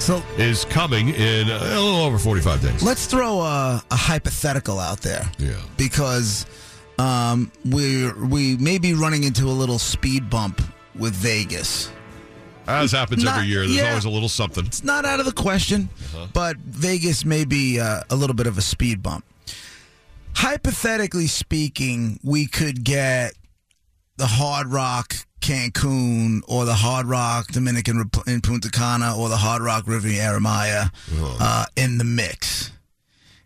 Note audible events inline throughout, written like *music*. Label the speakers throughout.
Speaker 1: So is coming in a little over 45 days.
Speaker 2: Let's throw a, a hypothetical out there.
Speaker 1: Yeah.
Speaker 2: Because um, we we may be running into a little speed bump with Vegas.
Speaker 1: As happens
Speaker 2: Not-
Speaker 1: every year, there's
Speaker 2: yeah.
Speaker 1: always a little something.
Speaker 2: It's not out of the question, but Vegas may be uh, a little bit of a speed bump. Hypothetically speaking, we could get the Hard Rock Cancun or the Hard Rock Dominican Rep- in Punta Cana or the Hard Rock Riviera Maya uh, in the mix.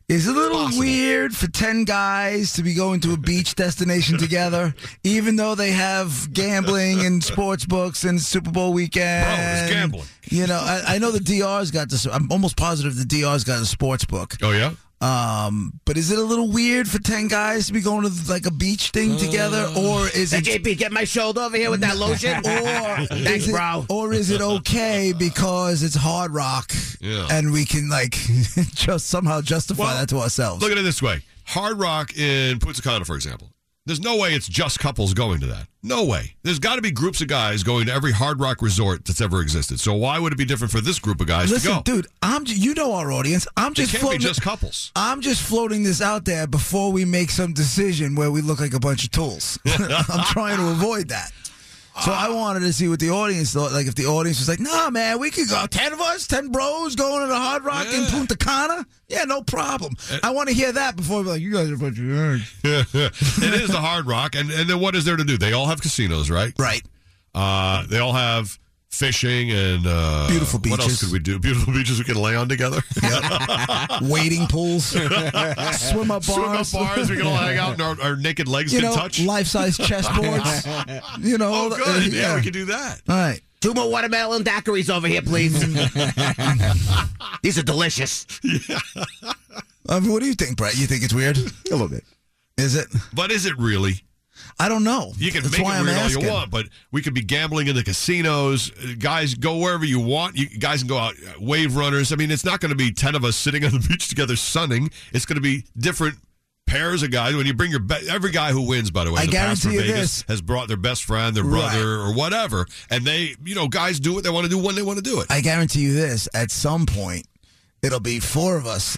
Speaker 2: It's a little weird for 10 guys to be going to a beach destination together, even though they have gambling and sports books and Super Bowl weekend.
Speaker 1: gambling.
Speaker 2: You know, I, I know the DR's got this. I'm almost positive the DR's got a sports book.
Speaker 1: Oh, yeah?
Speaker 2: Um, but is it a little weird for 10 guys to be going to like a
Speaker 1: Mm.
Speaker 2: beach thing together? Or is it.
Speaker 3: JP, get my shoulder over here with that *laughs* lotion.
Speaker 2: *laughs* Or
Speaker 3: Thanks,
Speaker 2: is it,
Speaker 3: bro.
Speaker 2: or is it okay because it's hard rock
Speaker 1: Yeah.
Speaker 2: and we can like *laughs* just somehow justify
Speaker 1: Well,
Speaker 2: that to ourselves?
Speaker 1: Look at it this way Hard Rock in Punta Cana, for example. There's no way it's just couples going to that. No way. There's got to be groups of guys going to every Hard Rock resort that's ever existed. So why would it be different for this group of guys
Speaker 2: Listen,
Speaker 1: to go?
Speaker 2: dude, I'm j- you know our audience. I'm
Speaker 1: it
Speaker 2: just
Speaker 1: can't be
Speaker 2: floating.
Speaker 1: just couples. *laughs*
Speaker 2: I'm just floating this out there before we make some decision where we look like a bunch of tools. *laughs* I'm trying to avoid that. So I wanted to see what the audience thought. Like if the audience was like, "Nah, man, we could go ten of us, ten bros, going to the Hard Rock in
Speaker 1: Yeah. Uh,
Speaker 2: Punta Cana. Yeah, no problem." I want to hear that before we're like, "You guys are a bunch of nerds."
Speaker 1: it is the Hard Rock, and, and then what is there to do? They all have casinos, right?
Speaker 2: Right.
Speaker 1: Uh, they all have fishing and uh,
Speaker 2: Beautiful
Speaker 1: What else
Speaker 2: beaches.
Speaker 1: could we do? Beautiful *laughs* beaches we can lay on together.
Speaker 2: Wading *laughs* pools, swim up bars,
Speaker 1: Swim up bars.
Speaker 2: *laughs*
Speaker 1: We can all hang out, and our, our naked legs
Speaker 2: you
Speaker 1: can
Speaker 2: know,
Speaker 1: touch. *laughs*
Speaker 2: life-size chessboards. you know, all
Speaker 1: oh,
Speaker 2: the-
Speaker 1: good.
Speaker 2: uh,
Speaker 1: yeah. we can do that.
Speaker 2: All right.
Speaker 3: Two more watermelon daiquiris over here, *laughs* please. These are delicious.
Speaker 2: Um, what do you think, Brett? You think it's weird? A little bit. Is it?
Speaker 1: But is it really?
Speaker 2: I don't know.
Speaker 1: You can
Speaker 2: That's
Speaker 1: make
Speaker 2: why
Speaker 1: it
Speaker 2: I'm
Speaker 1: weird all
Speaker 2: asking.
Speaker 1: you want, but we could be gambling in the casinos. Uh, Guys, go wherever you want. You guys can go out uh, wave runners. I mean, it's not going to be ten of us sitting *laughs* on the beach together sunning. It's going to be different pairs of guys. When you bring your be- every guy who wins, by the way,
Speaker 2: I
Speaker 1: in the past for
Speaker 2: guarantee you
Speaker 1: Vegas
Speaker 2: this.
Speaker 1: has brought their best friend, their
Speaker 2: Right.
Speaker 1: brother, or whatever, and they, you know, guys do what they want to do when they want to do it.
Speaker 2: I guarantee you this: at some point, it'll be four of us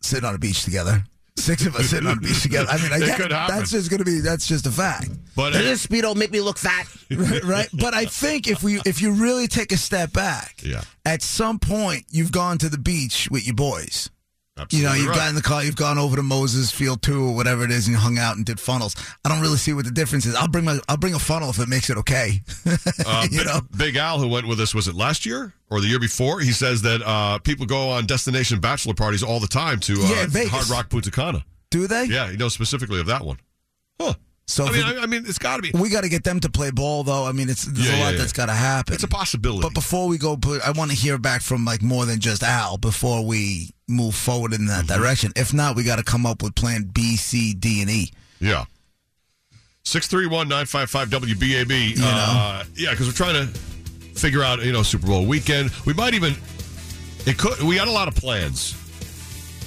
Speaker 2: sitting on a beach together, six of us sitting on
Speaker 1: *laughs*
Speaker 2: a beach together. I mean, I
Speaker 1: It
Speaker 2: guess
Speaker 1: could happen.
Speaker 2: that's just going to be that's just a fact,
Speaker 1: but uh,
Speaker 3: Does this speedo make me look fat?
Speaker 2: *laughs* right? right? But I think if we if you really take a step back,
Speaker 1: Yeah.
Speaker 2: at some point you've gone to the beach with your boys. You
Speaker 1: absolutely
Speaker 2: know, you've
Speaker 1: right.
Speaker 2: gotten in the car, you've gone over to Moses Field Two or whatever it is, and you hung out and did funnels. I don't really see what the difference is. I'll bring my, I'll bring a funnel if it makes it okay. *laughs*
Speaker 1: Uh,
Speaker 2: you
Speaker 1: Bi-
Speaker 2: know,
Speaker 1: Big Al, who went with us, was it last year or the year before? He says that uh, people go on destination bachelor parties all the time to uh,
Speaker 2: Yeah, Vegas.
Speaker 1: Hard Rock Punta Cana.
Speaker 2: do they?
Speaker 1: Yeah, he knows specifically of that one. Huh.
Speaker 2: So
Speaker 1: I
Speaker 2: if
Speaker 1: mean,
Speaker 2: we-
Speaker 1: I, I mean, it's got to be.
Speaker 2: We got to get them to play ball, though. I mean, it's there's
Speaker 1: Yeah,
Speaker 2: a
Speaker 1: yeah,
Speaker 2: lot
Speaker 1: yeah.
Speaker 2: that's got to happen.
Speaker 1: It's a possibility.
Speaker 2: but before we go, put- I want to hear back from like more than just Al before we move forward in that
Speaker 1: Mm-hmm.
Speaker 2: direction. If not, we got to come up with Plan B, C, D, and E.
Speaker 1: yeah. Six three one nine five five WBAB.
Speaker 2: know.
Speaker 1: Uh, yeah, because we're trying to figure out you know Super Bowl weekend. We might even it could. We got a lot of plans,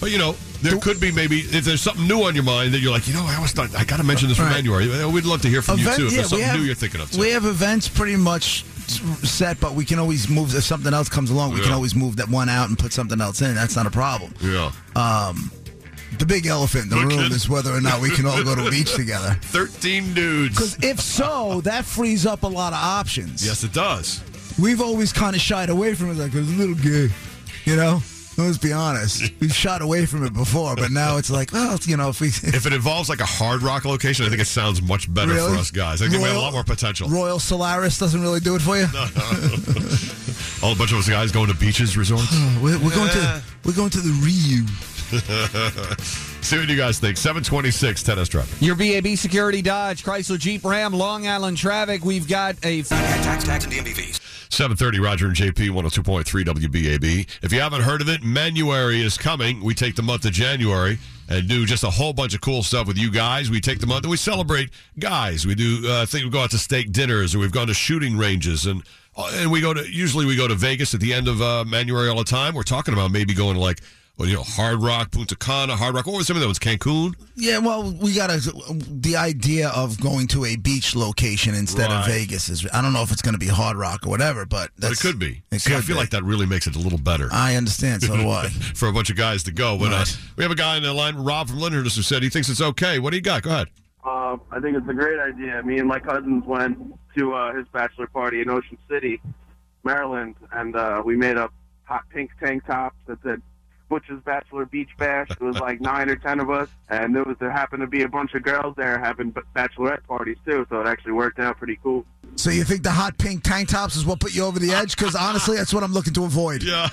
Speaker 1: but you know there could be maybe if there's something new on your mind that you're like you know I always thought I got to mention this from
Speaker 2: Right.
Speaker 1: January. We'd love to hear from you
Speaker 2: Event-
Speaker 1: too if
Speaker 2: yeah,
Speaker 1: there's
Speaker 2: we
Speaker 1: something
Speaker 2: have-
Speaker 1: new you're thinking of. Too.
Speaker 2: We have events pretty much set, but we can always move. If something else comes along, we can
Speaker 1: Yeah.
Speaker 2: always move that one out and put something else in. That's not a problem.
Speaker 1: yeah.
Speaker 2: uh, The big elephant in the
Speaker 1: Okay.
Speaker 2: room is whether or not we can all go to a beach
Speaker 1: *laughs*
Speaker 2: together.
Speaker 1: Thirteen dudes.
Speaker 2: Because if so, that frees up a lot of options.
Speaker 1: Yes, it does.
Speaker 2: we've always kind of shied away from it. Like it's a little gay, you know. Let's be
Speaker 1: *laughs*
Speaker 2: honest. We've shot away from it before, but now it's like, well, you know, if we
Speaker 1: If it involves like a hard rock location, I think it sounds much better
Speaker 2: really
Speaker 1: for us guys. I think we have a lot more potential.
Speaker 2: Royal Solaris doesn't really do it for you.
Speaker 1: All a bunch of us guys going to beaches,
Speaker 2: *gasps*
Speaker 1: resorts. *laughs*
Speaker 2: Oh, We're, we're going to we're going to the Ryu.
Speaker 1: See what you guys think. 726 tennis traffic.
Speaker 4: Your BAB Security Dodge, Chrysler Jeep Ram, Long Island traffic. We've got a
Speaker 5: Tax, tax, and DMVs.
Speaker 1: 730 Roger and JP 102.3 WBAB. If you haven't heard of it, Manuary is coming. We take the month of January and do just a whole bunch of cool stuff with you guys. We take the month and we celebrate guys. We do uh, think we go out to steak dinners or we've gone to shooting ranges and uh, and we go to usually we go to Vegas at the end of uh, Manuary all the time. We're talking about maybe going to like well, you know, Hard Rock, Punta Cana, Hard Rock. What was some of those? Cancun.
Speaker 2: Yeah, well, we got to the idea of going to a beach location instead
Speaker 1: Right.
Speaker 2: of Vegas is. I don't know if it's going to be Hard Rock or whatever, but
Speaker 1: But
Speaker 2: that's,
Speaker 1: it could be.
Speaker 2: It
Speaker 1: See, I
Speaker 2: could
Speaker 1: feel
Speaker 2: be.
Speaker 1: like that really makes it a little better.
Speaker 2: I understand. So do
Speaker 1: *laughs*
Speaker 2: I.
Speaker 1: for a bunch of guys to go. But uh,
Speaker 2: Right.
Speaker 1: we have a guy in the line, Rob from Lyndhurst, who said he thinks it's okay. What do you got? Go ahead.
Speaker 4: Um, I think it's a great idea. Me and my cousins went to uh, his bachelor party in Ocean City, Maryland, and uh, we made up hot pink tank tops that said Butch's Bachelor Beach Bash. It was like nine or ten of us, and there was there happened to be a bunch of girls there having b- bachelorette parties too. So it actually worked out pretty cool.
Speaker 2: So you think the hot pink tank tops is what put you over the edge? Because honestly, that's what I'm looking to avoid.
Speaker 1: Yeah.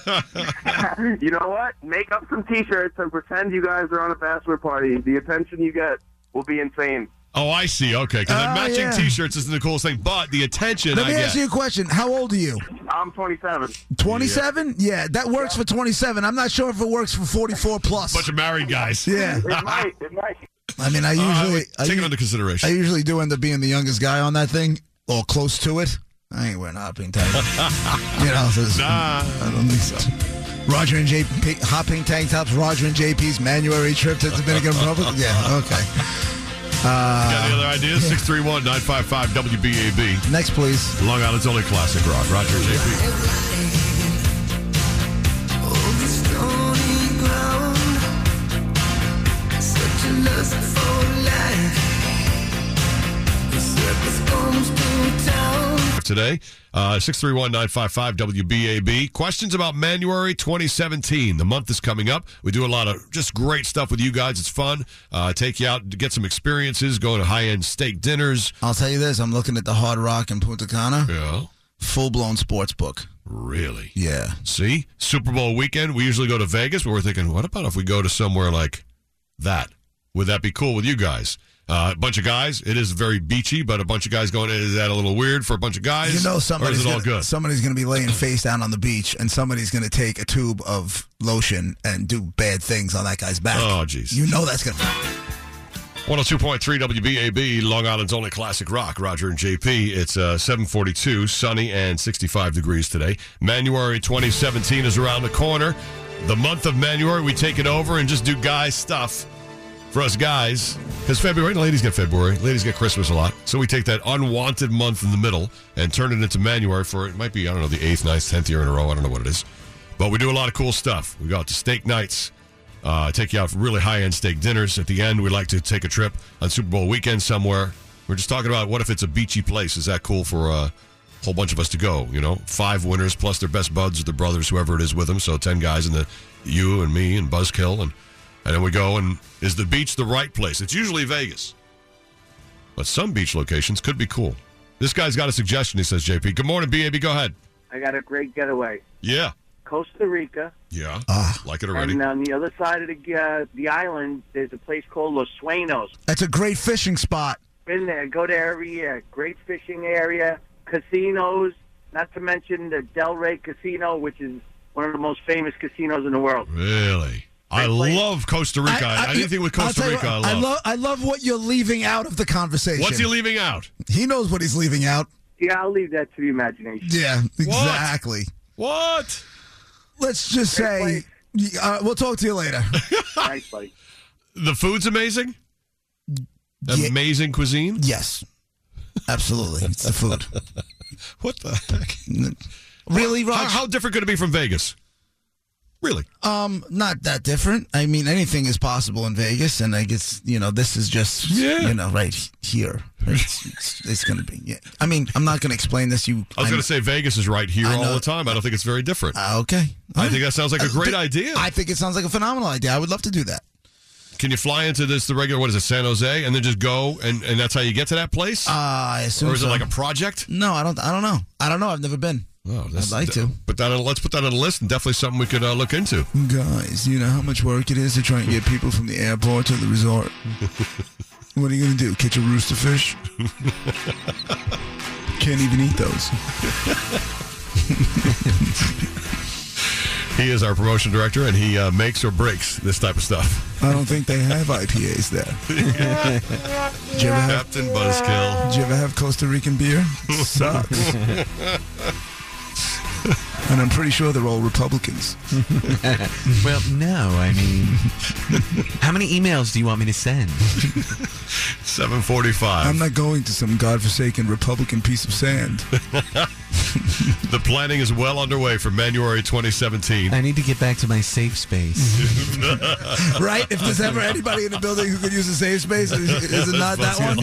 Speaker 4: You know what? Make up some T-shirts and pretend you guys are on a bachelor party. The attention you get will be insane.
Speaker 1: oh, I see. Okay. Because
Speaker 2: Oh,
Speaker 1: matching
Speaker 2: yeah.
Speaker 1: T-shirts isn't the coolest thing, but the attention
Speaker 2: Let
Speaker 1: I
Speaker 2: me
Speaker 1: get.
Speaker 2: ask you a question. How old are you?
Speaker 4: I'm 27.
Speaker 2: *laughs* 27? Yeah, that works for 27. I'm not sure if it works for 44 plus.
Speaker 1: bunch of married guys.
Speaker 2: yeah,
Speaker 4: It might. It might.
Speaker 2: I mean,
Speaker 1: *laughs*
Speaker 2: I
Speaker 1: Uh, I
Speaker 2: usually
Speaker 1: would
Speaker 2: I,
Speaker 1: take
Speaker 2: u-
Speaker 1: it under
Speaker 2: I
Speaker 1: consideration.
Speaker 2: usually do end up being the youngest guy on that thing or close to it. I ain't wearing
Speaker 1: *laughs*
Speaker 2: hot pink tank. you know, so it's- I don't think so. Roger and JP, hot pink tank tops. Roger and JP's Manuary trip to Dominican Republic.
Speaker 1: *laughs*
Speaker 2: Yeah, okay.
Speaker 1: got any other
Speaker 2: *laughs*
Speaker 1: ideas? 631-955-WBAB.
Speaker 2: Next, please.
Speaker 1: Long Island's only classic rock. Roger JP. Today, uh, 631-955-WBAB. Questions about Manuary 2017. The month is coming up. We do a lot of just great stuff with you guys. It's fun. Uh, take you out, to get some experiences, go to high-end steak dinners.
Speaker 2: I'll tell you this. I'm looking at the Hard Rock in Punta Cana.
Speaker 1: Yeah,
Speaker 2: Full blown sports book.
Speaker 1: really.
Speaker 2: Yeah.
Speaker 1: See, Super Bowl weekend, we usually go to Vegas, but we're thinking, what about if we go to somewhere like that? Would that be cool with you guys? Uh, a bunch of guys. It is very beachy, but a bunch of guys going. Is that a little weird for a bunch of guys?
Speaker 2: You know
Speaker 1: or is
Speaker 2: somebody's
Speaker 1: it all
Speaker 2: gonna,
Speaker 1: good?
Speaker 2: somebody's gonna be laying face down on the beach and somebody's gonna take a tube of lotion and do bad things on that guy's back.
Speaker 1: Oh, jeez.
Speaker 2: You know that's gonna
Speaker 1: One hundred two point three WBAB, Long Island's only classic rock. Roger and JP. It's uh, seven forty two, sunny and sixty five degrees today. January twenty seventeen is around the corner. The month of January, we take it over and just do guys stuff for us guys. Because February, ladies get February, ladies get Christmas a lot. So we take that unwanted month in the middle and turn it into January for it might be I don't know the eighth, ninth, tenth year in a row. I don't know what it is, but we do a lot of cool stuff. We go out to steak nights. Uh, take you out for really high end steak dinners. At the end, we'd like to take a trip on Super Bowl weekend somewhere. We're just talking about what if it's a beachy place? Is that cool for a whole bunch of us to go? You know, five winners plus their best buds or their brothers, whoever it is with them. So 10 guys and the you and me and Buzzkill. And, and then we go and is the beach the right place? It's usually Vegas, but some beach locations could be cool. This guy's got a suggestion, he says, JP. Good morning, BAB. Go ahead.
Speaker 4: I got a great getaway.
Speaker 1: Yeah.
Speaker 4: Costa Rica.
Speaker 1: Yeah. like it already.
Speaker 4: And on the other side of the uh, the island, there's a place called Los Suenos.
Speaker 2: That's a great fishing spot.
Speaker 4: Been there, go there every year. Great fishing area, casinos. Not to mention the Del Rey Casino, which is one of the most famous casinos in the world.
Speaker 1: Really? I
Speaker 4: place.
Speaker 1: love Costa Rica. I, Anything with
Speaker 2: I'll
Speaker 1: Costa
Speaker 2: tell you
Speaker 1: Rica,
Speaker 2: what,
Speaker 1: I love.
Speaker 2: I love what you're leaving out of the conversation.
Speaker 1: What's he leaving out?
Speaker 2: he knows what he's leaving out.
Speaker 4: Yeah, I'll leave that to
Speaker 2: *laughs*
Speaker 4: the imagination.
Speaker 2: Yeah, exactly.
Speaker 1: What?
Speaker 2: Let's just say uh, we'll talk to you later. *laughs*
Speaker 4: nice, buddy.
Speaker 1: The food's amazing? Amazing cuisine?
Speaker 2: yes, absolutely. It's the food.
Speaker 1: *laughs* What the heck?
Speaker 2: Really,
Speaker 1: How,
Speaker 2: Roger?
Speaker 1: how different could it be from Vegas? Really?
Speaker 2: Um, not that different. I mean, anything is possible in Vegas, and I guess you know this is just
Speaker 1: Yeah.
Speaker 2: you know right here. It's, it's, it's going to be. Yeah. I mean, I'm not going to explain this. You.
Speaker 1: I was going to say Vegas is right here
Speaker 2: I
Speaker 1: all
Speaker 2: know.
Speaker 1: the time. I don't think it's very different.
Speaker 2: Uh, okay.
Speaker 1: I think that sounds like a great idea.
Speaker 2: I think it sounds like a phenomenal idea. I would love to do that.
Speaker 1: Can you fly into this, the regular, what is it, San Jose, and then just go and, and that's how you get to that place?
Speaker 2: Uh, I assume.
Speaker 1: or is it
Speaker 2: so.
Speaker 1: like a project?
Speaker 2: No, I don't. I don't know. I don't know. I've never been.
Speaker 1: Oh,
Speaker 2: I'd like to.
Speaker 1: But that, on- let's put that on the list and definitely something we could uh, look into.
Speaker 2: Guys, you know how much work it is to try and get people from the airport to
Speaker 1: *laughs*
Speaker 2: the resort. what are you gonna do? Catch a rooster fish? Can't even eat those.
Speaker 1: He is our promotion director, and he uh, makes or breaks this type of stuff.
Speaker 3: I don't think they have IPAs there. did, you ever have,
Speaker 1: Captain Buzzkill.
Speaker 3: did you ever have Costa Rican beer? It sucks. *laughs* and I'm pretty sure they're all Republicans.
Speaker 5: Well, no, I *laughs* mean, how many emails do you want me to send?
Speaker 1: 745.
Speaker 3: I'm not going to some godforsaken Republican piece of sand. *laughs*
Speaker 1: the planning is well underway for January 2017.
Speaker 5: I need to get back to my safe space.
Speaker 3: right? If there's ever anybody in the building who could use a safe space, is, is it not that one?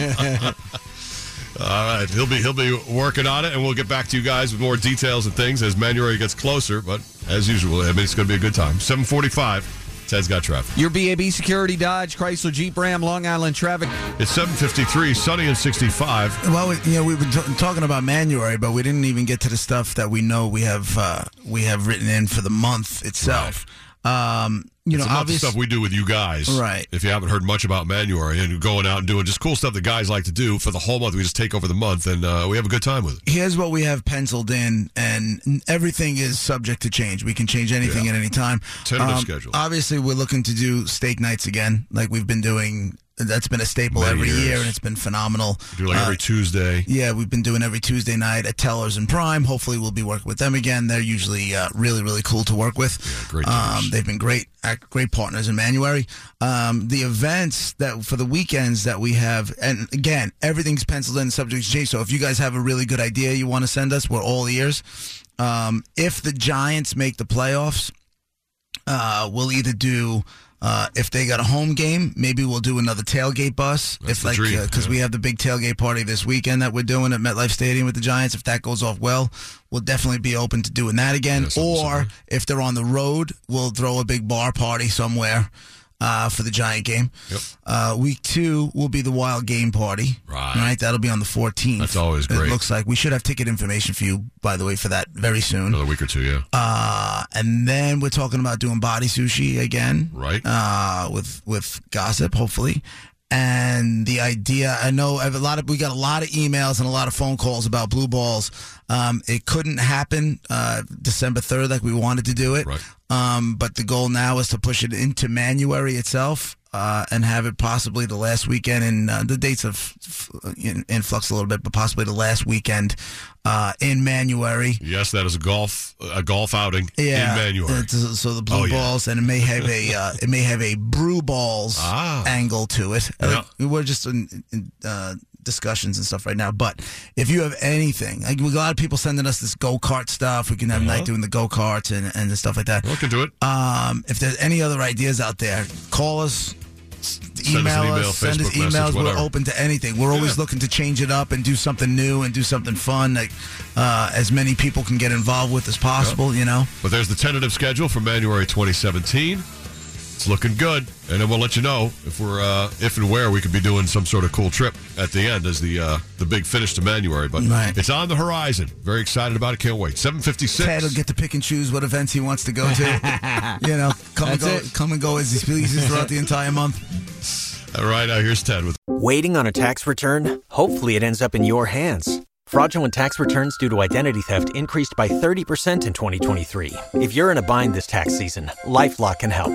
Speaker 1: All right, he'll be he'll be working on it, and we'll get back to you guys with more details and things as Manuary gets closer. But as usual, I mean, it's going to be a good time. Seven forty-five. Ted's got traffic.
Speaker 5: Your BAB Security Dodge Chrysler Jeep Ram Long Island traffic.
Speaker 1: It's seven fifty-three. Sunny and sixty-five.
Speaker 3: Well, we, you know, we've been t- talking about Manuary, but we didn't even get to the stuff that we know we have uh, we have written in for the month itself. Um, you
Speaker 1: It's
Speaker 3: know,
Speaker 1: a lot of
Speaker 3: obviously,
Speaker 1: stuff we do with you guys,
Speaker 3: Right.
Speaker 1: If you haven't heard much about Manuary and going out and doing just cool stuff that guys like to do for the whole month, we just take over the month and uh, we have a good time with it.
Speaker 3: here's what we have penciled in, and everything is subject to change. We can change anything at any time. Um,
Speaker 1: Tentative schedule.
Speaker 3: Obviously, we're looking to do steak nights again, like we've been doing. That's been a staple
Speaker 1: Many
Speaker 3: every
Speaker 1: years.
Speaker 3: year, and it's been phenomenal.
Speaker 1: Do like
Speaker 3: Uh,
Speaker 1: every Tuesday.
Speaker 3: Yeah, we've been doing every Tuesday night at Tellers and Prime. Hopefully, we'll be working with them again. They're usually uh, really, really cool to work with.
Speaker 1: great
Speaker 3: Um,
Speaker 1: dudes.
Speaker 3: they've been great, ac- great partners in Manuary. Um, the events that for the weekends that we have, and again, everything's penciled in, subject to change. So if you guys have a really good idea you want to send us, we're all ears. Um, if the Giants make the playoffs, uh, we'll either do uh, if they got a home game, maybe we'll do another tailgate bus. if
Speaker 1: the
Speaker 3: like
Speaker 1: dream,
Speaker 3: because we have the big tailgate party this weekend that we're doing at MetLife Stadium with the Giants. If that goes off well, we'll definitely be open to doing that again.
Speaker 1: Yes,
Speaker 3: or
Speaker 1: absolutely.
Speaker 3: if they're on the road, we'll throw a big bar party somewhere uh, for the Giant game.
Speaker 1: Yep.
Speaker 3: Uh, week two will be the Wild Game Party.
Speaker 1: Right.
Speaker 3: that'll be on the 14th.
Speaker 1: That's always
Speaker 3: It
Speaker 1: great.
Speaker 3: looks like we should have ticket information for you, by the way, for that very soon.
Speaker 1: Another week or two, yeah.
Speaker 3: Uh, and then we're talking about doing body sushi again,
Speaker 1: Right.
Speaker 3: Uh, with with gossip, hopefully. And the idea, I know I have a lot of we got a lot of emails and a lot of phone calls about blue balls. Um, it couldn't happen uh, December third, like we wanted to do it.
Speaker 1: Right.
Speaker 3: Um, but the goal now is to push it into January itself uh, and have it possibly the last weekend. And uh, the dates of in, in flux a little bit, but possibly the last weekend uh, in January.
Speaker 1: yes, that is a golf a golf outing
Speaker 3: Yeah,
Speaker 1: in Manuary.
Speaker 3: it's- uh, so the blue
Speaker 1: Oh, yeah.
Speaker 3: balls, and it may have a uh, it may have a brew balls
Speaker 1: Ah.
Speaker 3: angle to it.
Speaker 1: Yeah.
Speaker 3: Like, we're just in, in uh, discussions and stuff right now. But if you have anything, like we got a lot of people sending us this go kart stuff, we can have a
Speaker 1: Uh-huh.
Speaker 3: night doing the go karts and and stuff like that.
Speaker 1: Look into it.
Speaker 3: Um, if there's any other ideas out there, call us. s-
Speaker 1: an
Speaker 3: Email
Speaker 1: email,
Speaker 3: us, send us
Speaker 1: Facebook message,
Speaker 3: emails. We're
Speaker 1: whatever.
Speaker 3: open to anything. We're always
Speaker 1: Yeah.
Speaker 3: looking to change it up and do something new and do something fun that uh, as many people can get involved with as possible. You know,
Speaker 1: But there's the tentative schedule for January 2017. It's looking good, and then we'll let you know if we're uh, if and where we could be doing some sort of cool trip at the end as the uh, the big finish to January. But
Speaker 3: Right.
Speaker 1: it's on the horizon. Very excited about it. Can't wait.
Speaker 3: Ted will
Speaker 1: 756.
Speaker 3: get to pick and choose what events he wants to go
Speaker 5: *laughs*
Speaker 3: to. you know, come and go,
Speaker 5: That's it.
Speaker 3: come and go as he pleases throughout the entire month.
Speaker 1: All right, now here's Ted with
Speaker 6: Waiting on a tax return? Hopefully, it ends up in your hands. Fraudulent tax returns due to identity theft increased by 30% in 2023. If you're in a bind this tax season, LifeLock can help.